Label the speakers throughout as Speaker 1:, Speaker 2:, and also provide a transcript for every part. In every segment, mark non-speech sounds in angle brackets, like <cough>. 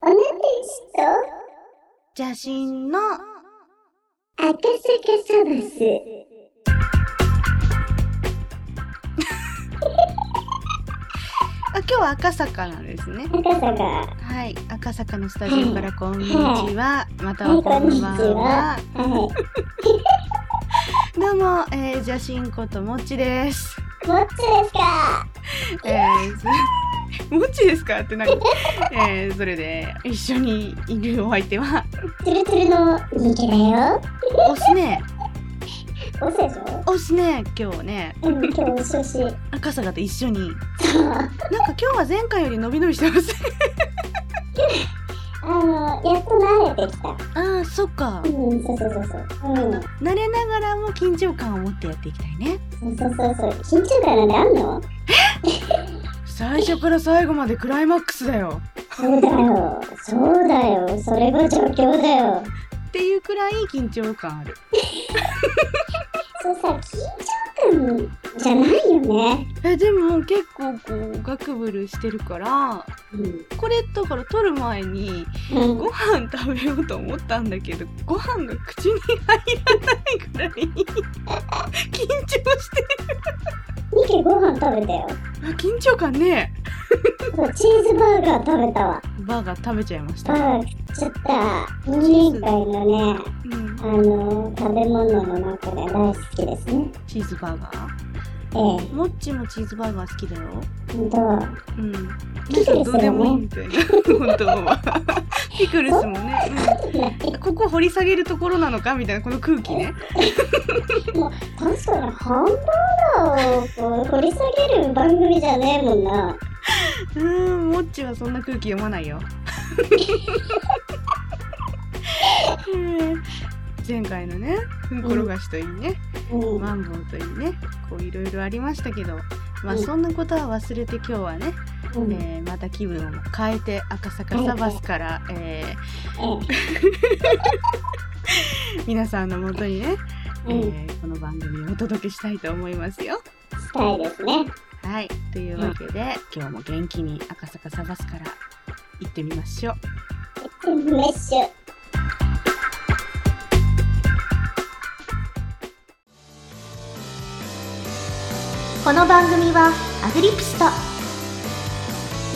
Speaker 1: アメテスト
Speaker 2: 邪神の
Speaker 1: 赤坂サバス
Speaker 2: あ今日は赤坂なんですね
Speaker 1: 赤坂
Speaker 2: はい赤坂のスタジオからこんにちは、またはこんばんは
Speaker 1: は
Speaker 2: どうも、えー、邪神こともっちです
Speaker 1: いもっちですか
Speaker 2: えー、 <laughs> もっちですかってなんか、えー、それで一緒にいるお相手は
Speaker 1: ツルツルの人気だよ
Speaker 2: おすね
Speaker 1: おせでしょ
Speaker 2: おすね今日ね
Speaker 1: うん今日お寿司そう
Speaker 2: 赤坂と一緒になんか今日は前回より伸び伸びしてます
Speaker 1: あのやっと慣れてきた
Speaker 2: ああそっか
Speaker 1: うんそうそうそうそううん
Speaker 2: 慣れながらも緊張感を持ってやっていきたいね
Speaker 1: そうそうそうそう緊張感なんてあんの
Speaker 2: 最初から最後までクライマックスだよ
Speaker 1: そうだよそうだよそれが状況だよ
Speaker 2: っていうくらい緊張感ある
Speaker 1: そうさ緊張感じゃないよね
Speaker 2: えでも結構こうガクブルしてるから
Speaker 1: うん
Speaker 2: これだから撮る前に
Speaker 1: うん
Speaker 2: ご飯食べようと思ったんだけどご飯が口に入らないくらい緊張して
Speaker 1: ミキご飯食べたよ
Speaker 2: あ緊張感ね
Speaker 1: そうチーズバーガー食べたわ
Speaker 2: バーガー食べちゃいまし
Speaker 1: バー
Speaker 2: た、
Speaker 1: ガー食っちゃった人間界のね
Speaker 2: うん
Speaker 1: あ、の食べ物の中で大好きですね
Speaker 2: チーズバーガー
Speaker 1: ええ
Speaker 2: もっちもチーズバーガー好きだよ
Speaker 1: 本当は
Speaker 2: うん、なんか
Speaker 1: ピクルス
Speaker 2: どうでもいい
Speaker 1: もね
Speaker 2: みた <laughs> いな本当はピクルスもね、うんここ掘り下げるところなのかみたいなこの空気ね
Speaker 1: 確かにハンバーガーをこう掘り下げる番組じゃねえもんな
Speaker 2: うーんもっちはそんな空気読まないよ <laughs> うん前回のねふんころがしといい
Speaker 1: う
Speaker 2: ね、
Speaker 1: ん
Speaker 2: マンボウといいねこういろいろありましたけど
Speaker 1: う
Speaker 2: まあ
Speaker 1: ん
Speaker 2: そんなことは忘れて今日はね、
Speaker 1: うんえ
Speaker 2: えーまた気分を変えて赤坂サバスから、えー皆さんのもとにね
Speaker 1: え
Speaker 2: え
Speaker 1: うん
Speaker 2: ーこの番組をお届けしたいと思いますよ。
Speaker 1: したいですね
Speaker 2: はい、というわけで、今日も元気に赤坂サバスから行ってみましょう。
Speaker 1: メッシュ
Speaker 3: この番組はアグリプスト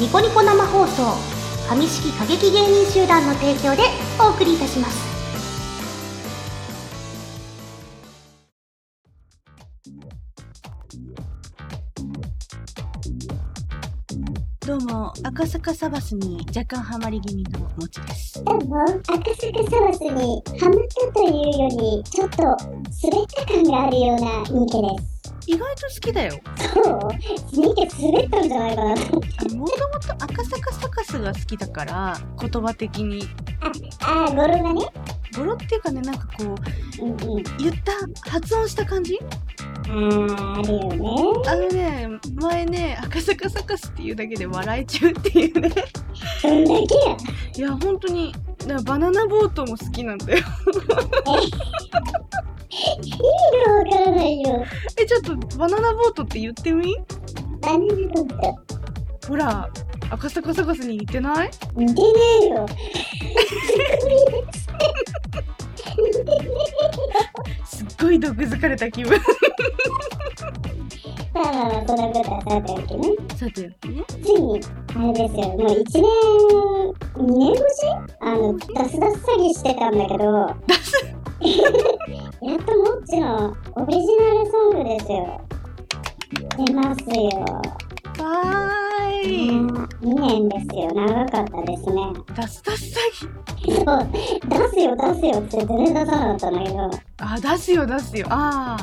Speaker 3: ニコニコ生放送上式過激芸人集団の提供でお送りいたします
Speaker 2: どうも赤坂サバスに若干ハマり気味のもちです。
Speaker 1: どうも赤坂サバスにハマったというよりちょっと滑った感があるようなミキです
Speaker 2: 意外と好きだよ。
Speaker 1: そうミキ滑ったんじゃないかな
Speaker 2: あもともと赤坂サカスが好きだから言葉的に
Speaker 1: ああ語呂がね
Speaker 2: 語呂っていうかねなんかこう
Speaker 1: うんうん
Speaker 2: 言った発音した感じ
Speaker 1: あーあるよね
Speaker 2: あのね前ね赤坂サカスっていうだけで笑えちゃうっていうね
Speaker 1: そんだけや
Speaker 2: いや本当にだからバナナボートも好きなんだよ
Speaker 1: 意味がわからないよ
Speaker 2: <laughs> えちょっとバナナボートって言ってみ
Speaker 1: バナナボート
Speaker 2: ほら赤坂サカスに似てない
Speaker 1: 似てねえよ
Speaker 2: すっごい毒づかれた気分
Speaker 1: まあまあまあそんなことはさておきね
Speaker 2: さてね
Speaker 1: ついにあれですよもう1年2年越しあのダスダス詐欺してたんだけど
Speaker 2: 出す
Speaker 1: やっともっちのオリジナルソングですよ。出ますよ。
Speaker 2: はーい、
Speaker 1: 2年ですよ。長かったですね。
Speaker 2: 出す出す詐欺
Speaker 1: そう、出すよ、出すよって全然出さなかったんだけど、
Speaker 2: あ出すよ出すよあ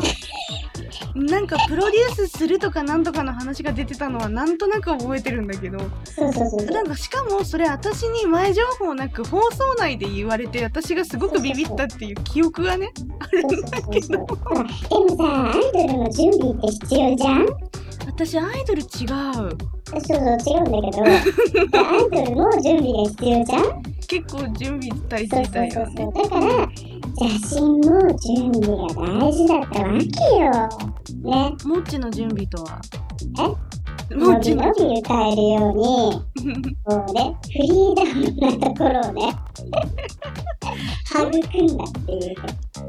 Speaker 2: ーなんかプロデュースするとかなんとかの話が出てたのはなんとなく覚えてるんだけど
Speaker 1: そうそうそうそ
Speaker 2: なんかしかもそれ私に前情報なく放送内で言われて私がすごくビビったっていう記憶がねある
Speaker 1: う。そうそうそうそうほらでもさアイドルの準備って必要じゃん
Speaker 2: 私アイドル違う
Speaker 1: そうそう違うんだけどアイドルも準備が必要じゃん
Speaker 2: 結構準備大
Speaker 1: そうそ
Speaker 2: 事だ
Speaker 1: うそ
Speaker 2: よ
Speaker 1: う
Speaker 2: ね
Speaker 1: そうだから写真も準備が大事だったわけよね
Speaker 2: もっちの準備とは
Speaker 1: え
Speaker 2: も
Speaker 1: 伸
Speaker 2: うち
Speaker 1: び
Speaker 2: に
Speaker 1: 伸び歌えるように、
Speaker 2: <laughs>
Speaker 1: こうね、フリーダムなところを <laughs> ね、育んだっていうか。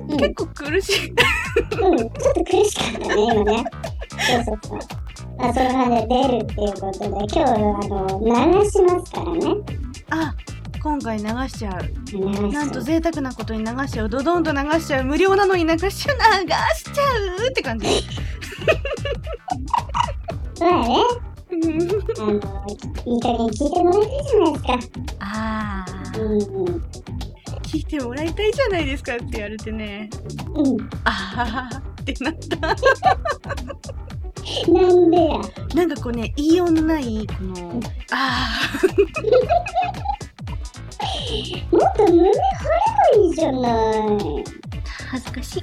Speaker 1: うん、
Speaker 2: 結構苦しい。
Speaker 1: うん、ちょっと苦しかったね、今ね。そうそうそう。まあ、そのまで出るっていうことで、今日、あの、流しますからね。
Speaker 2: あ、今回流しちゃう。
Speaker 1: 流し
Speaker 2: なんと贅沢なことに流しちゃう。ドドンと流しちゃう。無料なのに流しちゃう。流しちゃうって感じ。 <laughs>
Speaker 1: そうだね。あの、いい加減聞いてもらいたいじゃないですか。
Speaker 2: あ
Speaker 1: う
Speaker 2: あ、
Speaker 1: ん
Speaker 2: 聞いてもらいたいじゃないですかって言われてね。
Speaker 1: うん。
Speaker 2: ああ、ってなった。
Speaker 1: うん。なんでや。
Speaker 2: なんかこうね、言いようのない、この、ああ、
Speaker 1: もっと胸張ればいいじゃない。
Speaker 3: 恥ずかしい。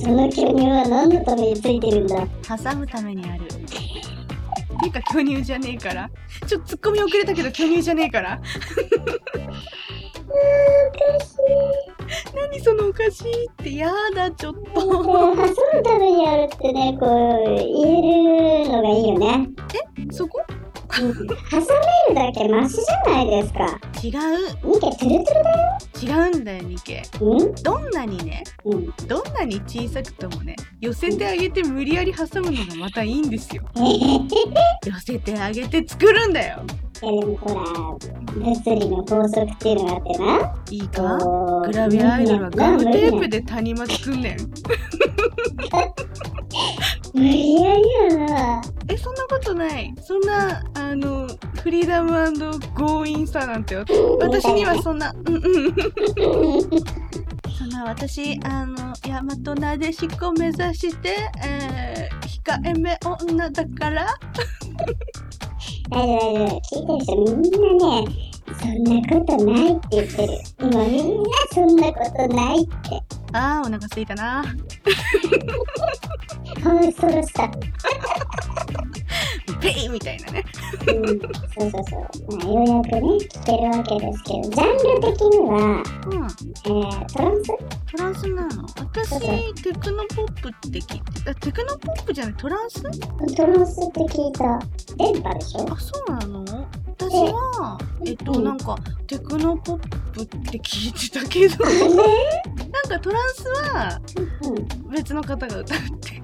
Speaker 1: その巨乳は何のためについてるんだ。
Speaker 2: 挟むためにある。てか巨乳じゃねえから。ちょっとツッコミ遅れたけど巨乳じゃねえから。
Speaker 1: あーおかしい。
Speaker 2: 何そのおかしいってやだちょっ
Speaker 1: でも
Speaker 2: と。
Speaker 1: 挟むためにあるってね、こう、言えるのがいいよね。
Speaker 2: そこ
Speaker 1: 挟めるだけマシじゃないですか。
Speaker 2: 違
Speaker 1: 見て、ツルツルだよ。
Speaker 2: う違うんだよニケ。
Speaker 1: うん
Speaker 2: どんなにね
Speaker 1: うん。
Speaker 2: どんなに小さくともね寄せてあげて無理やり挟むのがまたいいんですよ。
Speaker 1: えへへい
Speaker 2: 寄せてあげて作るんだよ。
Speaker 1: やでもほら、物理の法則っていうのがあってな。
Speaker 2: いいか
Speaker 1: こう
Speaker 2: グラビアアイドルはガムテープ
Speaker 1: で。
Speaker 2: で谷間作んねん。
Speaker 1: 無理やりやな。
Speaker 2: えそんなことない。そんなあのフリーダム強引さなんて私にはそんなうんうん。そんな私あの大和なでしこ目指して、えー、控えめ女だから
Speaker 1: 大丈夫大丈夫。聞いてる人みんなね、そんなことないって言ってる。今みんなそんなことないって。
Speaker 2: あーお腹すいたな
Speaker 1: ほんそろした。
Speaker 2: ペイみたいなね
Speaker 1: うん、そうそうそう。まあ、ようやくね、聞けるわけですけど、ジャンル的には、
Speaker 2: う
Speaker 1: え
Speaker 2: ん
Speaker 1: ー、トランス
Speaker 2: トランスなの私テクノポップって聞いてあテクノポップじゃないトランス
Speaker 1: トランスって聞いた電波でしょ
Speaker 2: あそうなの私はえっと
Speaker 1: うん
Speaker 2: なんかテクノポップって聞いてたけ <laughs> どなんかトランスは
Speaker 1: うん。
Speaker 2: 別の方が歌うって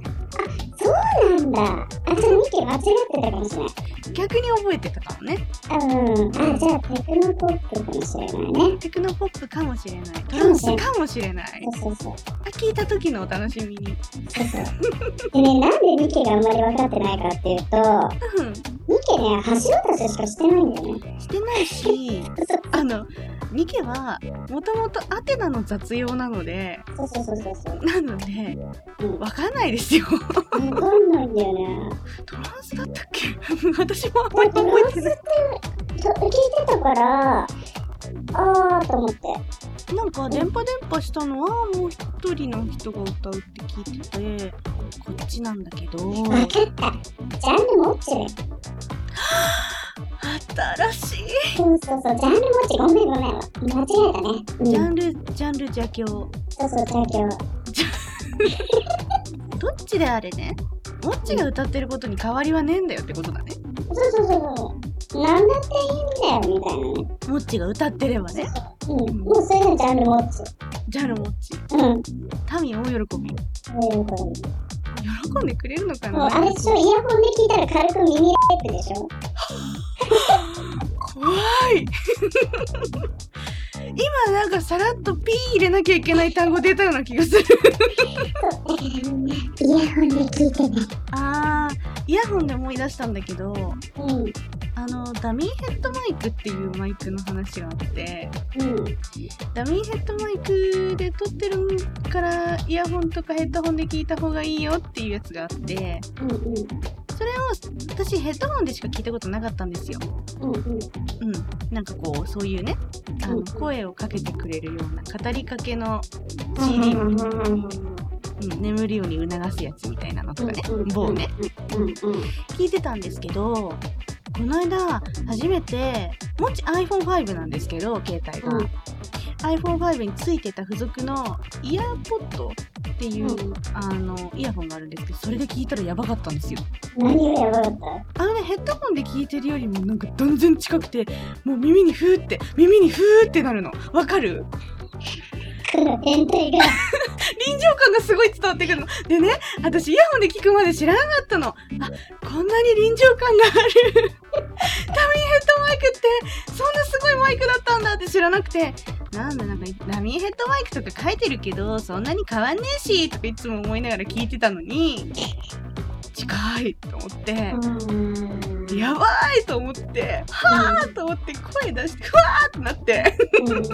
Speaker 1: そうなんだ。あ、ちょっとミキ間違ってたかもしれない。
Speaker 2: 逆に覚えてたかもね
Speaker 1: あうん。あ、じゃあテクノポップかもしれないね。
Speaker 2: テクノポップかもしれないト
Speaker 1: か
Speaker 2: ラン
Speaker 1: も
Speaker 2: ス
Speaker 1: しれない
Speaker 2: かもしれない
Speaker 1: そうそうそう。
Speaker 2: あ聞いた時のお楽しみに
Speaker 1: そうそう。でね、なんでミキがあんまり分かってないかっていうと、
Speaker 2: うん
Speaker 1: ミキね、橋渡ししかしてないんだよね。
Speaker 2: してないし
Speaker 1: そう
Speaker 2: あのニケはもともとアテナの雑用なので
Speaker 1: そうそうそうそうそう。
Speaker 2: なので
Speaker 1: うん。
Speaker 2: わかんないですよ
Speaker 1: 分かんないんだよね。
Speaker 2: <laughs> トランスだったっけ <laughs> 私もあん
Speaker 1: な
Speaker 2: まり
Speaker 1: んかロ
Speaker 2: 覚
Speaker 1: ース
Speaker 2: えて
Speaker 1: っ
Speaker 2: ない
Speaker 1: てと聞いてたから、あーと思って。
Speaker 2: なんか電波電波したのはもう一人の人が歌うって聞いててこっちなんだけど
Speaker 1: 分かった。ジャンル持ってる。
Speaker 2: 新しい
Speaker 1: そうそうそう、ジャンル持ち、ごめんごめん。間違えたね。うん
Speaker 2: ジャンルジャンル邪教
Speaker 1: そうそう、状況。
Speaker 2: どっちであれねモッチが歌ってることに変わりはねえんだよってことだね
Speaker 1: そうそうそうそう。なんだっていいんだよ、みたいなね。
Speaker 2: モッチが歌ってればね
Speaker 1: うん。もうそれがジャンル持ち。
Speaker 2: ジャルモッチ
Speaker 1: うん。
Speaker 2: 民大喜び
Speaker 1: そういうことです
Speaker 2: 喜んでくれるのか
Speaker 1: もう
Speaker 2: な
Speaker 1: あれでしょ、イヤホンで聞いたら軽く耳レープでしょ。
Speaker 2: 怖い <laughs> 今なんかさらっとピー入れなきゃいけない単語出たような気がする
Speaker 1: そう。だからみんな、イヤホンで聞いてね。
Speaker 2: あーイヤホンで思い出したんだけど
Speaker 1: うん。
Speaker 2: あのダミーヘッドマイクっていうマイクの話があって
Speaker 1: うん。
Speaker 2: ダミーヘッドマイクで撮ってるからイヤホンとかヘッドホンで聞いた方がいいよっていうやつがあって
Speaker 1: うん
Speaker 2: それを私ヘッドホンでしか聞いたことなかったんですよ。
Speaker 1: うん。うんうん。
Speaker 2: うん、なんかこうそういうねあ
Speaker 1: うん
Speaker 2: の
Speaker 1: うん
Speaker 2: 声をかけてくれるような語りかけの
Speaker 1: はいはい
Speaker 2: CD、
Speaker 1: は
Speaker 2: う
Speaker 1: い
Speaker 2: ん、
Speaker 1: はいはい
Speaker 2: 眠るように促すやつみたいなのとかね
Speaker 1: うんうん
Speaker 2: 某ね
Speaker 1: うんうん。
Speaker 2: 聞いてたんですけどこの間初めてもち iPhone5 なんですけど携帯が、
Speaker 1: うん
Speaker 2: iPhone5 についてた付属のイヤーポッドっていう、あの、イヤホンがあるんですけど、それで聞いたらやばかったんですよ。
Speaker 1: 何がやばかった
Speaker 2: あのね、ヘッドホンで聞いてるよりもなんか断然近くて、もう耳にふーって、耳にふーってなるの。わかる
Speaker 1: 黒天体が
Speaker 2: 臨場感がすごい伝わってくるの。でね、私イヤホンで聞くまで知らなかったの。あ、こんなに臨場感がある。 <laughs> ダミーヘッドマイクって、そんなすごいマイクだったんだって知らなくて。なんだなんか、ダミーヘッドマイクとか書いてるけど、そんなに変わんねえし、とかいつも思いながら聞いてたのに、近いと思って。
Speaker 1: うん
Speaker 2: やばいと思って、はぁと思って声出して、ふわーってなって、
Speaker 1: う
Speaker 2: <laughs>
Speaker 1: んうんうん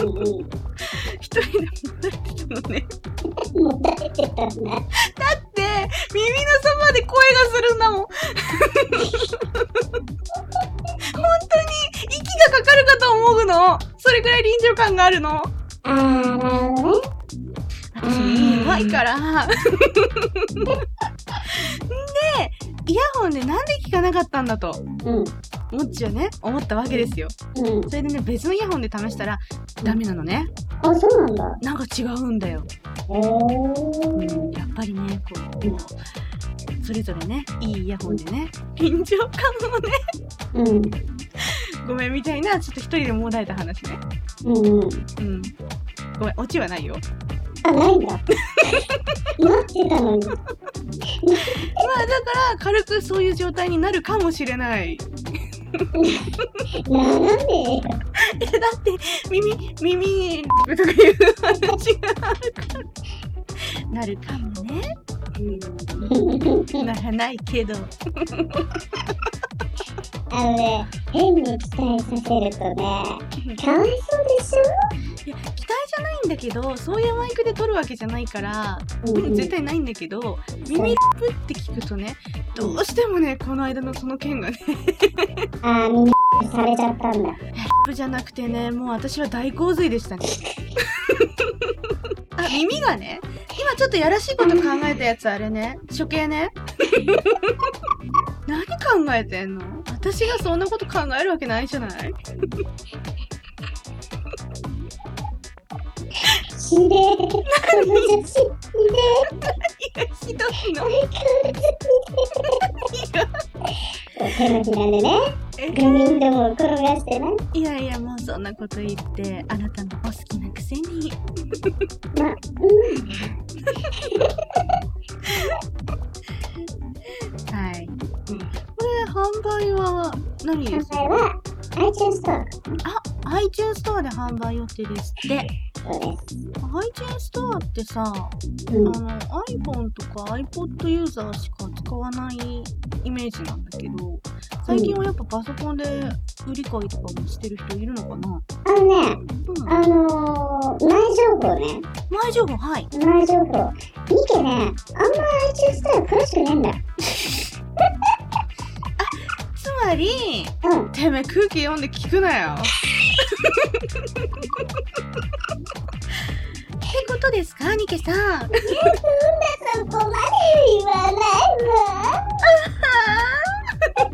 Speaker 2: 一人で戻ってたのね。
Speaker 1: 持たれてたんだ
Speaker 2: で、耳のそばで声がするんだもん。本当に息がかかるかと思うの。それぐらい臨場感があるの。
Speaker 1: あーなるほどね
Speaker 2: 私耳弱いから。んで、イヤホンでなんで聞かなかったんだと、
Speaker 1: うん
Speaker 2: もっちはね、思ったわけですよ。
Speaker 1: うん
Speaker 2: それでね、別のイヤホンで試したら、ダメなのね。
Speaker 1: あそうなんだ
Speaker 2: なんか違うんだよ。
Speaker 1: へ
Speaker 2: うんやっぱりね、こう、でも、それぞれね、いいイヤホンでね、臨場感もね、
Speaker 1: えうん
Speaker 2: ごめんみたいな、ちょっと一人でもだえた話ね。
Speaker 1: うんうん
Speaker 2: うん。ごめん、オチはないよ。
Speaker 1: あないんだ待ってたのに
Speaker 2: まあ、だから、軽くそういう状態になるかもしれない。
Speaker 1: ななんで
Speaker 2: え、だって、耳、耳、とかいう話があるから。なるかもね。ならないけど。
Speaker 1: あのね変に期待させるとねかわいそうでし
Speaker 2: いや、期待じゃないんだけど、そういうマイクで撮るわけじゃないから、
Speaker 1: ょうんうん
Speaker 2: 絶対ないんだけど、耳プって聞くとね、どうしてもね、この間のその件がね、
Speaker 1: あーみんなされちゃったんだ
Speaker 2: じゃなくてね、もう私は大洪水でしたね。 <laughs> あ、耳がね、今ちょっとやらしいこと考えたやつあれね、処刑 <laughs> ね。何考えてんの私がそんなこと考えるわけないじゃない
Speaker 1: ひでえこの写真ひでえ
Speaker 2: いや、ひどいの。
Speaker 1: 手のひらでね
Speaker 2: え
Speaker 1: グミンドも転がしてね
Speaker 2: いやいや、もうそんなこと言って、あなたのお好きなくせに。
Speaker 1: まあうん
Speaker 2: <laughs> はい。これ、販売は何
Speaker 1: 今
Speaker 2: です
Speaker 1: 回は iTunes ストア
Speaker 2: ?iTunes ストアで販売予定ですって。
Speaker 1: そうで
Speaker 2: iTunes ストアってさ、
Speaker 1: すうん
Speaker 2: あの iPhone とか iPod ユーザーしか使わないイメージなんだけど最近はやっぱパソコンで売り買いとかもしてる人いるのかな、
Speaker 1: あのね
Speaker 2: うん、
Speaker 1: あのー、前情報ね
Speaker 2: 前情報はい
Speaker 1: 前情報見てねあんま iTunes ストア詳しくねえんだ
Speaker 2: つまり
Speaker 1: うん
Speaker 2: てめえ空気読んで聞くなよってことですかニケさん
Speaker 1: そこまで言わない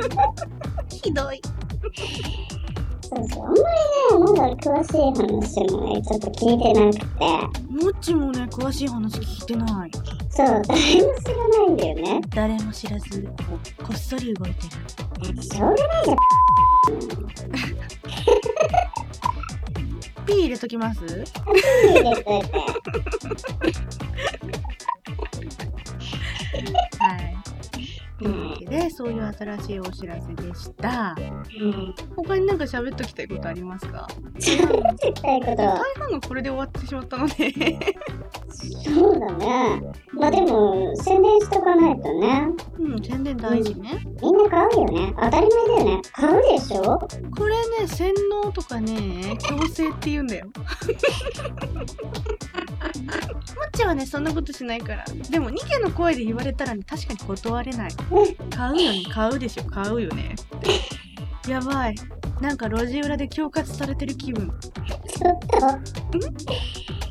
Speaker 1: わ
Speaker 2: ひどい
Speaker 1: そうそうあんまりねまだ詳しい話もねちょっと聞いてなくて
Speaker 2: もっちもね詳しい話聞いてない
Speaker 1: そう誰も知らないんだよね
Speaker 2: 誰も知らずこっそり動いてる
Speaker 1: だってしょうがないじゃん
Speaker 2: ピー入れときます
Speaker 1: 入れといて
Speaker 2: はいというわ
Speaker 1: は
Speaker 2: けでそういう新しいお知らせでした
Speaker 1: いはい
Speaker 2: 他になんか喋っときたいことありますか <laughs>
Speaker 1: 絶対ことは
Speaker 2: 大半がこれで終わってしまったので
Speaker 1: そうだね。まあでも、宣伝しとかないとね。
Speaker 2: うん宣伝大事ね、
Speaker 1: みんな買うよね。当たり前だよね。買うでしょ
Speaker 2: これね洗脳とかね強制って言うん <laughs> だよもっちゃんはねそんなことしないからでもニケの声で言われたらね確かに断れない買うよね買うでしょ買うよねってやばいなんか路地裏で恐喝されてる気分
Speaker 1: ちょっと。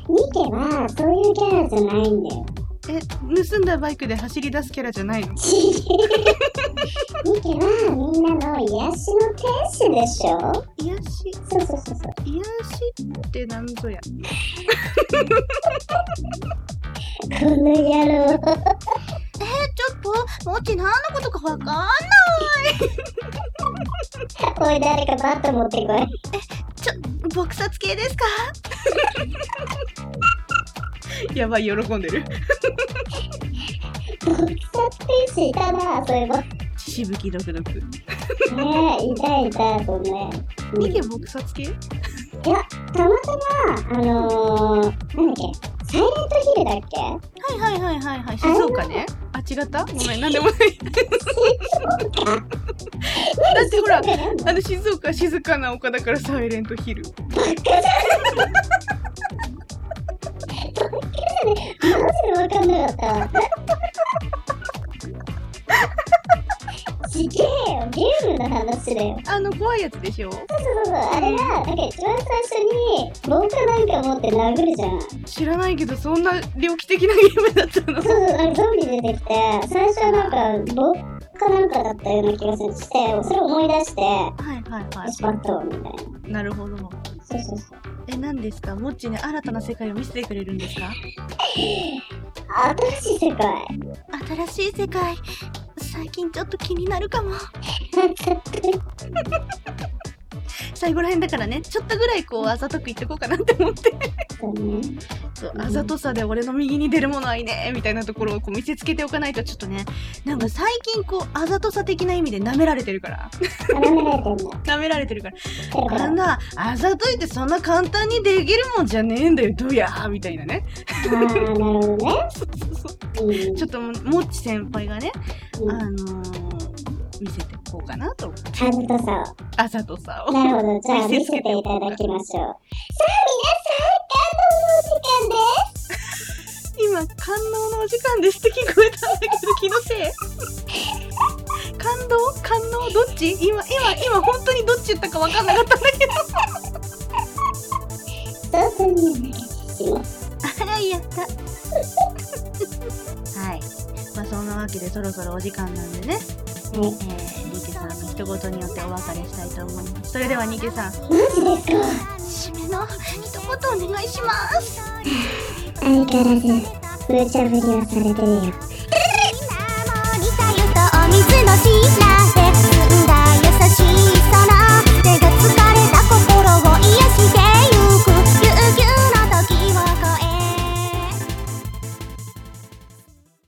Speaker 1: ニケは、そういうキャラじゃないんだよ。
Speaker 2: え盗んだバイクで走り出すキャラじゃないの
Speaker 1: ニケは、みんなの癒しの天使でしょ
Speaker 2: 癒し
Speaker 1: そうそうそうそう。
Speaker 2: 癒しってなんぞや
Speaker 1: この野郎。
Speaker 3: ちょっと、もち何のことかわかんない。
Speaker 1: おい、誰かバット持ってこい。
Speaker 3: ちょ、撲殺系ですか
Speaker 2: <laughs> やばい、喜んでる。
Speaker 1: 撲殺天使いたな、そういえば。ね
Speaker 2: しぶきドクドク。
Speaker 1: え、いたいた、そんな。うん
Speaker 2: 逃げ撲殺系
Speaker 1: たまたま、あのー、なんだっけ、サイレントヒルだっけ
Speaker 2: はいはいはいはいはい。静岡ね。あ、違ったごめん、なんでもない。 <laughs> だってほ
Speaker 1: <laughs>
Speaker 2: ら
Speaker 1: 静岡なんだ
Speaker 2: あの、静岡は静かな丘だからサイレントヒル。
Speaker 1: バカじゃん。バカじゃねマジで分かんなかったわ。すげえよ、ゲームの話だよ。
Speaker 2: あの、怖いやつでしょ
Speaker 1: そうそうそう、あれが、なんか一番最初に、棒かなんか持って殴るじゃん。
Speaker 2: 知らないけど、そんな猟奇的なゲームだったの
Speaker 1: そうそう、なんかゾンビ出てきて、最初はなんか、棒かなんかだったような気がして、それを思い出して、
Speaker 2: はいはいは
Speaker 1: よしバットをみたいな。
Speaker 2: い。なるほど。
Speaker 1: そうそうそう。
Speaker 2: え、何ですかもっちね、新たな世界を見せてくれるんですか
Speaker 1: 新しい世界。
Speaker 3: 新しい世界。最近ちょっと気になるかも。
Speaker 2: 最後らへんだからね、ちょっとぐらいこう、あざとく言ってこうかなって思って。
Speaker 1: そうね。
Speaker 2: そうあざとさで俺の右に出るものはいねえみたいなところをこう見せつけておかないとちょっとねなんか最近こうあざとさ的な意味で舐められてるから
Speaker 1: 絡められてんだ。
Speaker 2: 舐められてるから
Speaker 1: だか
Speaker 2: あ
Speaker 1: ら
Speaker 2: んなあざといってそんな簡単にできるもんじゃねえんだよどやーみたいなね
Speaker 1: ああ、なるほどね。
Speaker 2: そうそうそう
Speaker 1: うん
Speaker 2: ちょっとももっち先輩がねあ
Speaker 1: うん。
Speaker 2: のー、見せてこうかなと
Speaker 1: あずとさ
Speaker 2: あざとさ
Speaker 1: を。
Speaker 2: を
Speaker 1: なるほど。じゃあ
Speaker 2: 見
Speaker 1: 見
Speaker 2: せつ
Speaker 1: せ
Speaker 2: けて
Speaker 1: て
Speaker 2: お
Speaker 1: い
Speaker 2: こ
Speaker 1: た
Speaker 2: うか
Speaker 1: だきましょう。さあ皆さん、感動のお時間です。
Speaker 2: 今感動のお時間ですって聞こえたんだけど気のせい感動感動どっち今今今本当にどっち言ったか分かんなかったんだけど
Speaker 1: そうそうにお願いします。
Speaker 2: はいやったはいまあそんなわけでそろそろお時間なんでね、
Speaker 1: はい
Speaker 2: えー、ニケさんの一言によってお別れしたいと思いますそれではニケさ
Speaker 1: マ
Speaker 2: ん
Speaker 1: ジですか
Speaker 3: 締めの一言お願いします。
Speaker 1: 相変わらず、無茶ぶりはされてるよ。
Speaker 3: みんなも似たよとお水の知らせ